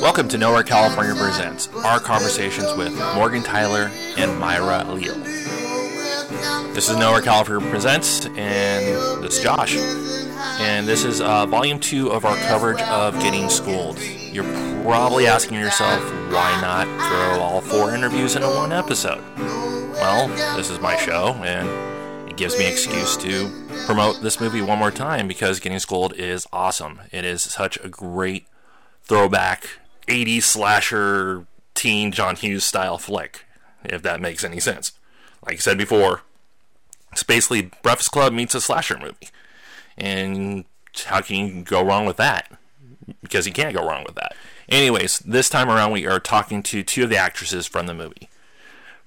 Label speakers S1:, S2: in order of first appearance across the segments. S1: Welcome to Nowhere California Presents, our conversations with Morgan Tyler and Myra Leal. This is Nowhere California Presents, and this is Josh. And this is uh, volume two of our coverage of Getting Schooled. You're probably asking yourself, why not throw all four interviews into one episode? Well, this is my show, and it gives me an excuse to promote this movie one more time because Getting Schooled is awesome. It is such a great throwback 80s slasher teen John Hughes style flick, if that makes any sense. Like I said before, it's basically Breakfast Club meets a slasher movie. And how can you go wrong with that? Because you can't go wrong with that. Anyways, this time around we are talking to two of the actresses from the movie.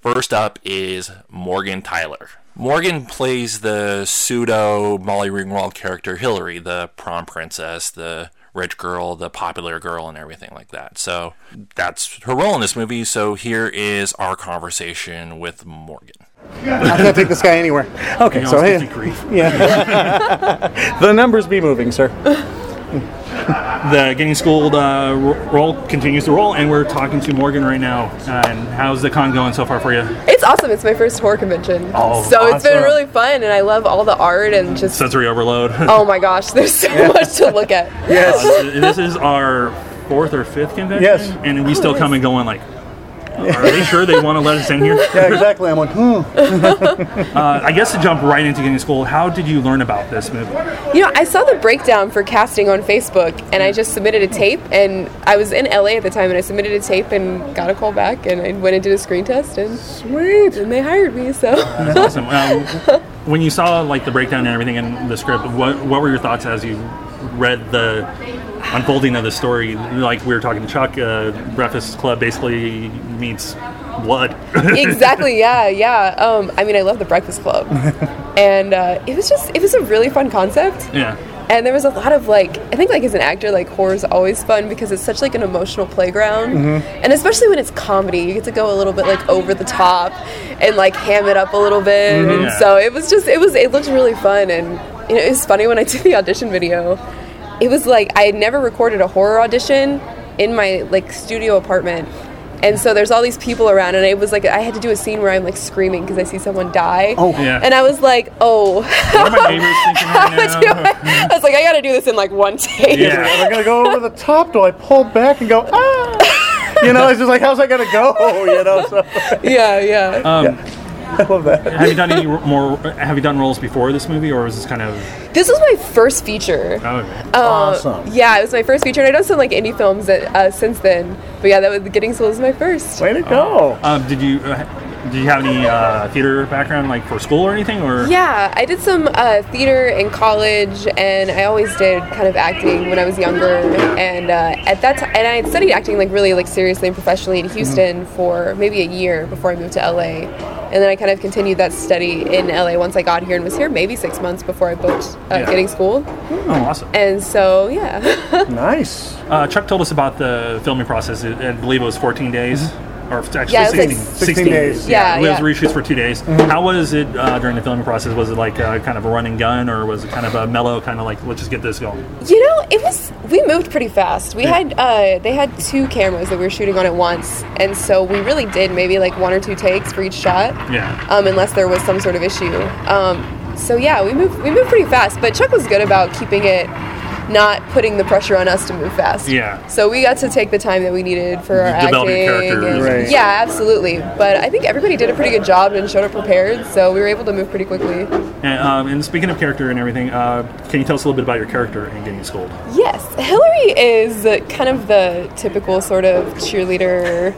S1: First up is Morgan Tyler. Morgan plays the pseudo Molly Ringwald character Hillary, the prom princess, the rich girl, the popular girl, and everything like that. So that's her role in this movie. So here is our conversation with Morgan.
S2: I'm going to take this guy anywhere. Okay, so hey. Yeah. the numbers be moving, sir.
S3: The Getting Schooled uh, ro- roll continues to roll, and we're talking to Morgan right now. Uh, and how's the con going so far for you?
S4: It's awesome. It's my first horror convention.
S3: Oh,
S4: so it's been
S3: awesome.
S4: really fun, and I love all the art and just.
S3: Sensory overload. Uh,
S4: oh my gosh, there's so much to look at.
S2: Yes.
S3: this is our fourth or fifth convention,
S2: Yes. Oh,
S3: and we still come and go on like. Are they sure they want to let us in here?
S2: Yeah, exactly. I'm like, hmm.
S3: Uh, I guess to jump right into Getting Schooled, how did you learn about this movie?
S4: You know, I saw the breakdown for casting on Facebook, and I just submitted a tape. And I was in LA at the time, and I submitted a tape and got a call back, and I went and did a screen test, and sweet, and they hired me. So
S3: That's awesome. Um, when you saw like the breakdown and everything in the script, what what were your thoughts as you read the unfolding of the story? Like we were talking to Chuck, uh, Breakfast Club basically meets blood.
S4: exactly, yeah, yeah. Um, I mean, I love the Breakfast Club, and uh, it was just it was a really fun concept.
S3: yeah.
S4: and there was a lot of like i think like as an actor like horror's always fun because it's such like an emotional playground and especially when it's comedy you get to go a little bit like over the top and like ham it up a little bit and
S3: Yeah.
S4: so it was just it was it looked really fun and you know it was funny when i did the audition video it was like i had never recorded a horror audition in my like studio apartment and so there's all these people around and it was like i had to do a scene where i'm like screaming because i see someone die
S2: Oh.
S3: Yeah.
S4: and i was like oh
S3: What are my neighbors thinking right now?
S4: I was like, I gotta do this in like one take.
S3: Yeah.
S2: Am I gonna go over the top? Do I pull back and go ah? You know, it's just like how's that gonna go? Oh, You know, so
S4: yeah, yeah.
S3: Um,
S2: I love that.
S3: Have you done any ro- more? Have you done roles before this movie, or was this kind of?
S4: this was my first feature.
S3: Oh,
S4: Uh,
S2: awesome.
S4: Yeah, it was my first feature, and I've done some like indie films that, uh, since then. But yeah, that was Getting Soul was my first.
S2: Way to go.
S3: um, did you? Uh, did you have any uh, theater background, like for school or anything, or?
S4: Yeah, I did some uh, theater in college, and I always did kind of acting when I was younger. And uh, at that time, and I had studied acting like really like seriously and professionally in Houston for maybe a year before I moved to LA. And then I kind of continued that study in LA once I got here and was here maybe six months before I booked uh,
S3: Yeah.
S4: Getting School.
S3: Oh, awesome.
S4: And so, yeah.
S2: Nice.
S3: Uh, Chuck told us about the filming process. It- I believe it was 14 days, or actually
S4: Yeah, it was like
S3: 16,
S4: 16
S2: days.
S4: Yeah,
S3: it was
S4: yeah.
S3: reshoots for two days. How was it uh, during the filming process? Was it like uh, kind of a run and gun, or was it kind of a mellow kind of like let's just get this going?
S4: You know, it was. We moved pretty fast. We had uh, they had two cameras that we were shooting on at once, and so we really did maybe like one or two takes for each shot,
S3: Yeah.
S4: um, unless there was some sort of issue. Um, so yeah, we moved we moved pretty fast, but Chuck was good about keeping it, not putting the pressure on us to move fast.
S3: Yeah.
S4: So we got to take the time that we needed for our
S3: Develop your
S4: acting.
S3: characters
S4: and-
S2: Right.
S4: Yeah, absolutely. But I think everybody did a pretty good job and showed up prepared, so we were able to move pretty quickly.
S3: And, um, and speaking of character and everything, uh, can you tell us a little bit about your character in Getting Schooled?
S4: Yes, Hillary is uh, kind of the typical sort of cheerleader,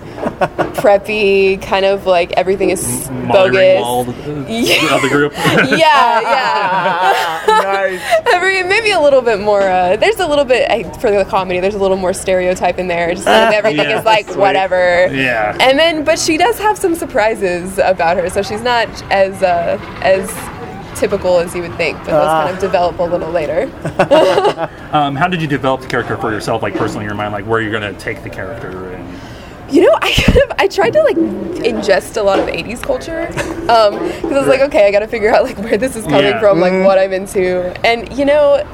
S4: preppy, kind of like everything is
S3: Molly
S4: bogus.
S3: Ringwald, uh,
S4: Yeah.
S3: of the group.
S4: Yeah, yeah.
S2: nice.
S4: Every, maybe a little bit more uh, uh, there's a little bit I, for the comedy. There's a little more stereotype in there. Just kind of everything
S3: yeah,
S4: is like
S3: sweet.
S4: whatever.
S3: Yeah.
S4: And then, but she does have some surprises about her, so she's not as uh, as typical as you would think. But those
S3: Ah.
S4: kind of develop a little later.
S3: Um, how did you develop the character for yourself, like personally in your mind, like where you're gonna take the character? And
S4: You know, I kind of I tried to like ingest a lot of '80s culture because I was like, okay, I got to figure out like where this is coming
S3: Yeah.
S4: from, like what I'm into, and you know,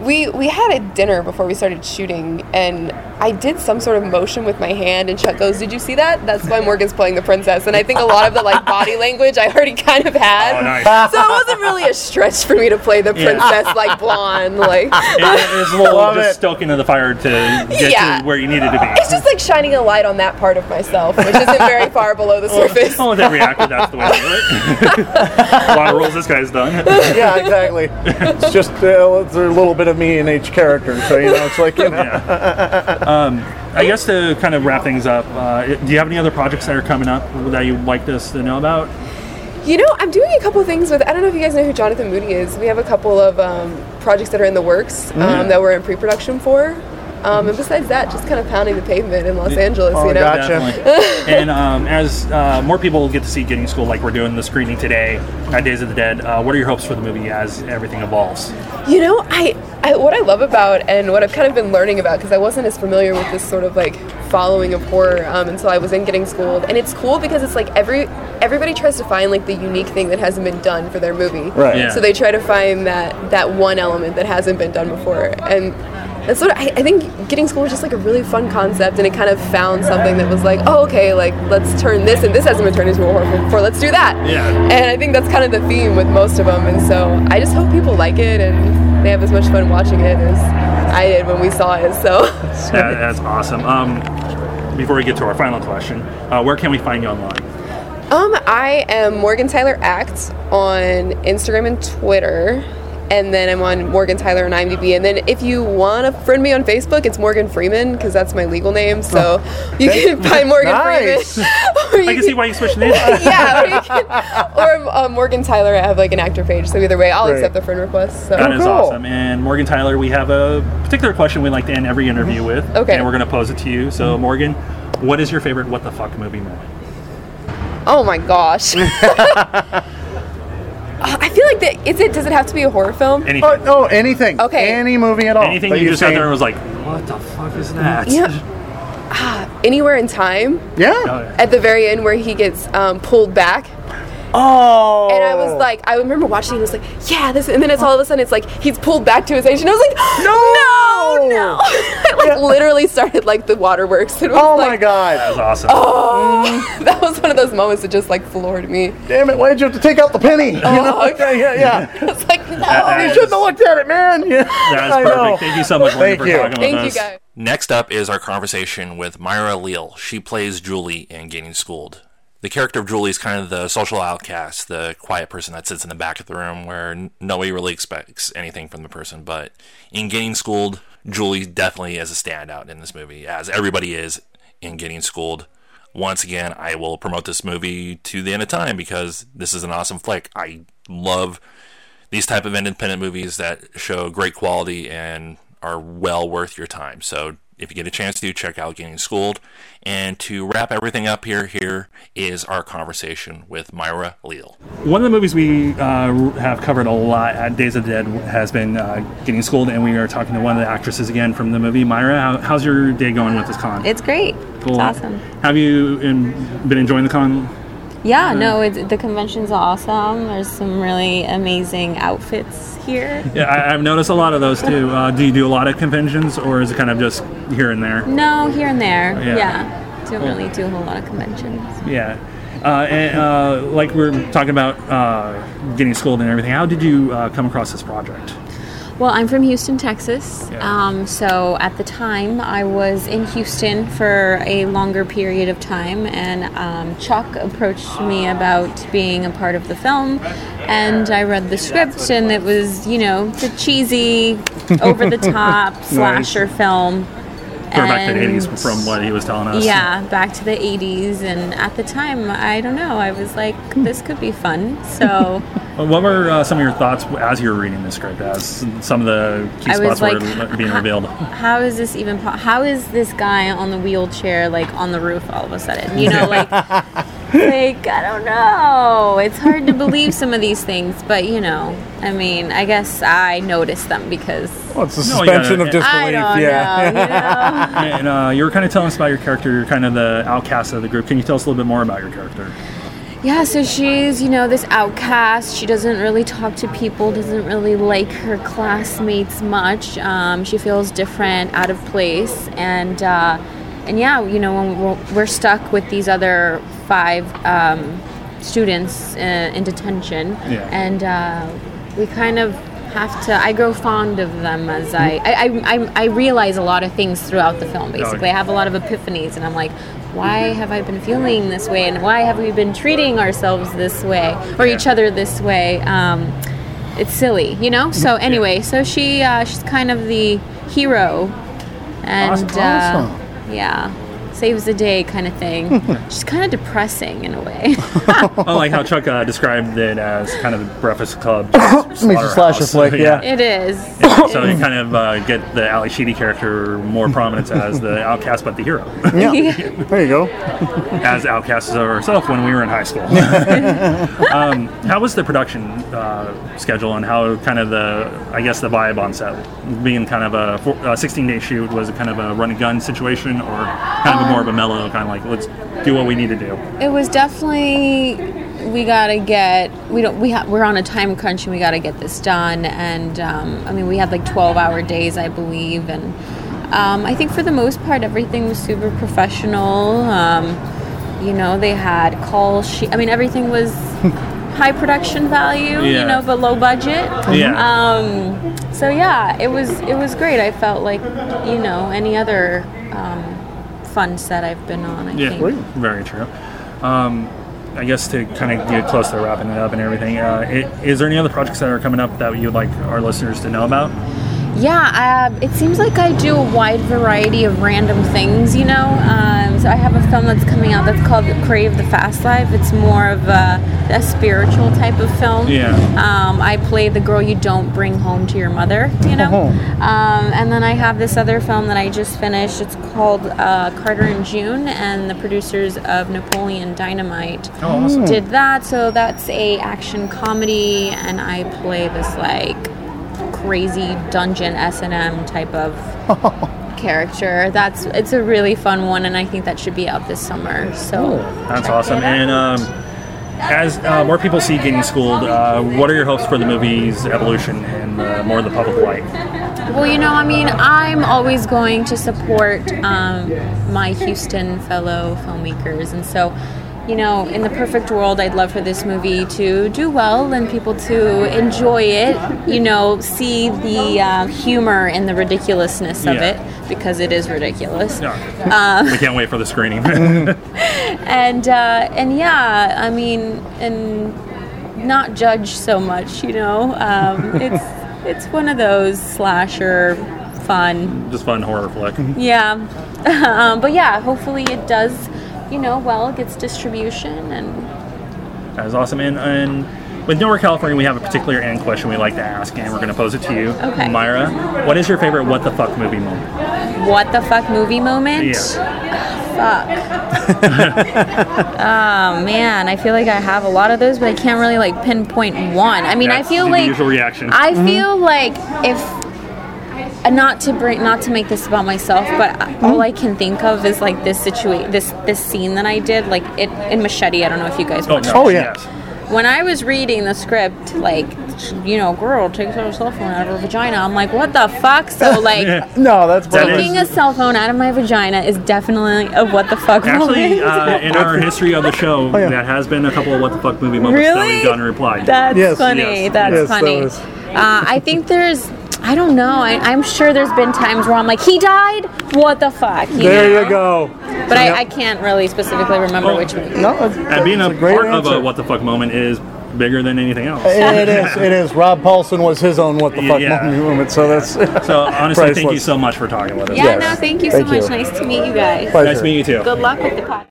S4: we we had a dinner before we started shooting, and I did some sort of motion with my hand, and Chuck goes, "Did you see that? That's why Morgan's playing the princess." And I think a lot of the like body language I already kind of had,
S3: Oh, nice.
S4: so it wasn't really a stretch for me to play the
S3: Yeah.
S4: princess like blonde, like.
S3: it, it's a little
S2: Love
S3: just
S2: it.
S3: stoked into the fire to get
S4: Yeah.
S3: to where you needed to be.
S4: It's just like shining a light on that part of myself, which isn't very far below the surface.
S3: Don't let that react. but That's the way to do it. a lot of rules this guy's done.
S2: yeah, exactly. It's just uh, there's a little bit of me in each character, so you know, it's like you know.
S3: Yeah. Um, I guess to kind of wrap things up, uh, do you have any other projects that are coming up that you'd like us to know about?
S4: You know, I'm doing a couple things with. I don't know if you guys know who Jonathan Moody is. We have a couple of um, projects that are in the works
S2: Mm.
S4: um, that we're in pre-production for. Um, and besides that, just kind of pounding the pavement in Los Angeles.
S2: Oh,
S4: you know,
S2: gotcha.
S3: Definitely. and um, as uh, more people get to see Getting School, like we're doing the screening today at Days of the Dead, uh, what are your hopes for the movie as everything evolves?
S4: you know, I, I what I love about and what I've kind of been learning about because I wasn't as familiar with this sort of like following of horror um, until I was in Getting Schooled, and it's cool because it's like every everybody tries to find like the unique thing that hasn't been done for their movie.
S2: Right.
S3: Yeah.
S4: So they try to find that that one element that hasn't been done before, and that's what I, I think. Getting school was just like a really fun concept, and it kind of found something that was like, oh, okay, like let's turn this and this hasn't been turned into a horror film before. Let's do that.
S3: Yeah.
S4: And I think that's kind of the theme with most of them, and so I just hope people like it and they have as much fun watching it as I did when we saw it. So
S3: That, that's awesome. Um, before we get to our final question, uh, where can we find you online?
S4: Um, I am Morgan Tyler Act on Instagram and Twitter. And then I'm on Morgan Tyler on IMDb. And then if you want to friend me on Facebook, it's Morgan Freeman because that's my legal name. So you can find Morgan
S2: Nice.
S4: Freeman. or you
S3: Oh, I can see why you switched names.
S4: yeah, or, you can, or uh, Morgan Tyler. I have like an actor page, so either way, I'll
S2: Great.
S4: accept the friend request. So
S3: That is
S2: cool.
S3: awesome. And Morgan Tyler, we have a particular question we like to end every interview with.
S4: Okay.
S3: And we're going to pose it to you. So, Morgan, what is your favorite What the Fuck movie moment?
S4: Oh my gosh. Uh, I feel like that is it. Does it have to be a horror film?
S3: Anything.
S2: Oh, no, anything.
S4: Okay.
S2: Any movie at all.
S3: Anything
S2: that
S3: you
S2: you've
S3: just sat
S2: seen.
S3: there and was like, what the fuck is that?
S4: Yeah. Anywhere in time.
S3: Oh,
S2: Yeah.
S4: At the very end, where he gets um, pulled back.
S2: Oh.
S4: And I was like, I remember watching. it, I was like, yeah, this. And then it's all of a sudden, it's like he's pulled back to his age, and I was like, no, no. I like literally started like the waterworks. It was
S2: Oh my
S3: That
S4: like,
S2: god.
S3: was awesome.
S4: Oh, that was one of those moments that just like floored me.
S2: Damn it, why did you have to take out the penny? you know?
S4: Oh, okay.
S2: Yeah, yeah. Oh,
S4: I was like, no.
S3: that
S2: You shouldn't have looked at it, man. Yeah.
S3: That is
S2: I
S3: perfect.
S2: know.
S3: Thank you so much, Morgan,
S2: Thank
S3: for
S2: you.
S3: talking with
S4: Thank you
S3: us.
S4: guys.
S1: Next up is our conversation with Myra Leal. She plays Julie in Getting Schooled. The character of Julie is kind of the social outcast, the quiet person that sits in the back of the room where n- nobody really expects anything from the person. But in Getting Schooled, Julie definitely is a standout in this movie, as everybody is in Getting Schooled. Once again, I will promote this movie to the end of time because this is an awesome flick. I love these type of independent movies that show great quality and are well worth your time. So if you get a chance to check out Getting Schooled, and to wrap everything up here, here is our conversation with Myra Leal.
S3: One of the movies we uh, have covered a lot at Days of the Dead has been uh, Getting Schooled, and we are talking to one of the actresses again from the movie. Myra, how, how's your day going with this con?
S5: It's great.
S3: Cool.
S5: It's awesome.
S3: Have you in, been enjoying the con?
S5: Yeah, no, it's, the convention's awesome. There's some really amazing outfits here.
S3: Yeah, I, I've noticed a lot of those too. Uh, do you do a lot of conventions, or is it kind of just here and there?
S5: No, here and there.
S3: Yeah.
S5: Yeah. Don't really do a whole lot of conventions.
S3: Yeah. Uh, and uh, like we're talking about uh, getting schooled and everything, how did you uh, come across this project?
S5: Well, I'm from Houston, Texas.
S3: Yeah.
S5: Um, so at the time, I was in Houston for a longer period of time, and um, Chuck approached me about being a part of the film. And I read the script, and it was, you know, the cheesy, over the top slasher film.
S3: Going back to the
S5: And-
S3: 80s from what he was telling us.
S5: Yeah, back to the 80s. And at the time, I don't know, I was like, this could be fun. So
S3: Well, What were uh, some of your thoughts as you were reading the script? As some of the key
S5: I
S3: spots
S5: was like,
S3: were being
S5: "Ho-
S3: revealed.
S5: How is this even? Po- how is this guy on the wheelchair like on the roof all of a sudden? You know, like, like I don't know. It's hard to believe some of these things, but you know, I mean, I guess I noticed them because
S6: Well, it's a
S3: No, yeah,
S6: suspension of
S3: I-
S6: disbelief.
S5: I don't
S6: yeah.
S5: know. You know?
S3: and uh, you were kind of telling us about your character. You're kind of the outcast of the group. Can you tell us a little bit more about your character?
S5: Yeah, so she's, you know, this outcast. She doesn't really talk to people, doesn't really like her classmates much. Um, she feels different, out of place. And, uh, and yeah, you know, when we're- we're stuck with these other five um, students uh, in detention.
S3: Yeah.
S5: And uh, we kind of have to, I grow fond of them as I, I, I, I, I realize a lot of things throughout the film, basically. I have a lot of epiphanies, and I'm like, why have I been feeling this way, and why have we been treating ourselves this way or each other this way? Um, it's silly, you know. So anyway, so she uh, she's kind of the hero, and
S3: Awesome.
S5: uh, yeah, saves the day kind of thing. she's kind of depressing in a way.
S3: I like how Chuck uh, described it as kind of the Breakfast Club.
S6: Makes a slasher
S3: slaughterhouse.
S6: flick, yeah.
S5: it is.
S3: so you kind of uh, get the Ali Sheedy character more prominence as the outcast, but the hero,
S6: Yeah. There you go.
S3: as outcasts of herself when we were in high school. um, how was the production uh, schedule and how kind of the, I guess, the vibe on set? Being kind of a four- uh, 16 day shoot, was it kind of a run and gun situation or kind of a more of a mellow, kind of like, let's do what we need to do?
S5: It was definitely we gotta get we don't we ha- we're on a time crunch and we gotta get this done and um, I mean we had like twelve hour days I believe and um, I think for the most part everything was super professional. Um, you know they had call sheet. I mean everything was high production value.
S3: Yeah. Uh-huh.
S5: You know but low budget.
S3: Yeah.
S5: Um, so yeah, it was it was great. I felt like you know any other um, fun set I've been on. I
S3: Yeah,
S5: think.
S3: very true. Um, I guess to kind of get close to wrapping it up and everything, uh, i- is there any other projects that are coming up that you'd like our listeners to know about?
S5: Yeah, uh, it seems like I do a wide variety of random things, you know. Um, so I have a film that's coming out that's called Crave the Fast Life. It's more of a, a spiritual type of film.
S3: Yeah.
S5: Um, I play the girl you don't bring home to your mother, you know.
S3: Uh-huh.
S5: Um, and then I have this other film that I just finished. It's called uh, Carter in June, and the producers of Napoleon Dynamite
S3: Oh, awesome.
S5: did that. So that's a action comedy, and I play this like crazy dungeon S and M type of character. That's it's a really fun one, and I think that should be out this summer. So
S3: That's awesome. And um, as uh, more people see Getting Schooled, uh, what are your hopes for the movie's evolution and uh, more of the public light?
S5: Well, you know, I mean, I'm always going to support um, my Houston fellow filmmakers. And so, you know, in the perfect world, I'd love for this movie to do well and people to enjoy it, you know, see the uh, humor and the ridiculousness of
S3: Yeah.
S5: it because it is ridiculous. Uh.
S3: we can't wait for the screening.
S5: And, uh, and yeah, I mean, and not judge so much, you know. Um, it's, it's one of those slasher fun
S3: Just fun horror flick.
S5: Yeah, um, but yeah, hopefully it does, you know, well, it gets distribution and
S3: That is awesome. And, and with Nowhere California, we have a particular end question we like to ask, and we're going to pose it to you,
S5: Okay.
S3: Myra. What is your favorite "What the fuck" movie moment?
S5: what the fuck movie moment.
S3: Yeah.
S5: Fuck. oh man, I feel like I have a lot of those, but I can't really like pinpoint one. I mean, I
S3: That's
S5: feel
S3: the
S5: like
S3: usual reaction.
S5: I feel like if. uh, Not to bring, not to make this about myself, but all I can think of is like this situation, this this scene that I did, like it in Machete. I don't know if you guys watched
S3: no.
S6: Oh, yeah.
S3: Yes.
S5: when I was reading the script, like, you know, girl takes her cell phone out of her vagina, I'm like, what the fuck? So, like,
S6: No, that's
S3: That
S6: bogus.
S3: is-
S5: taking a cell phone out of my vagina is definitely a what the fuck
S3: Actually,
S5: moment.
S3: uh, in our history of the show,
S6: Oh, yeah.
S3: that has been a couple of what the fuck movie moments that
S5: Really?
S3: we've done and replied.
S5: That's
S6: Yes.
S5: funny.
S3: Yes.
S5: That's
S6: Yes, that
S5: funny.
S6: was-
S5: uh, I think there's, I don't know. I, I'm sure there's been times where I'm like, he died? What the fuck? You know?
S6: there you go.
S5: But
S3: Oh.
S5: I, I can't really specifically remember which movie.
S6: No, that's,
S3: and being a,
S6: that's great
S3: part of
S6: answer.
S3: a what the fuck moment is bigger than anything else.
S2: it is. It is. Rob Paulson was his own what the fuck
S3: Yeah.
S2: moment moment. So that's
S3: So honestly, thank you
S2: Priceless.
S3: so much for talking with us.
S5: Yeah,
S2: Yes.
S5: no, thank you so
S2: Thank
S5: much.
S2: you.
S5: Nice to meet you guys.
S2: pleasure.
S3: Nice to meet you too.
S5: Good luck with the podcast.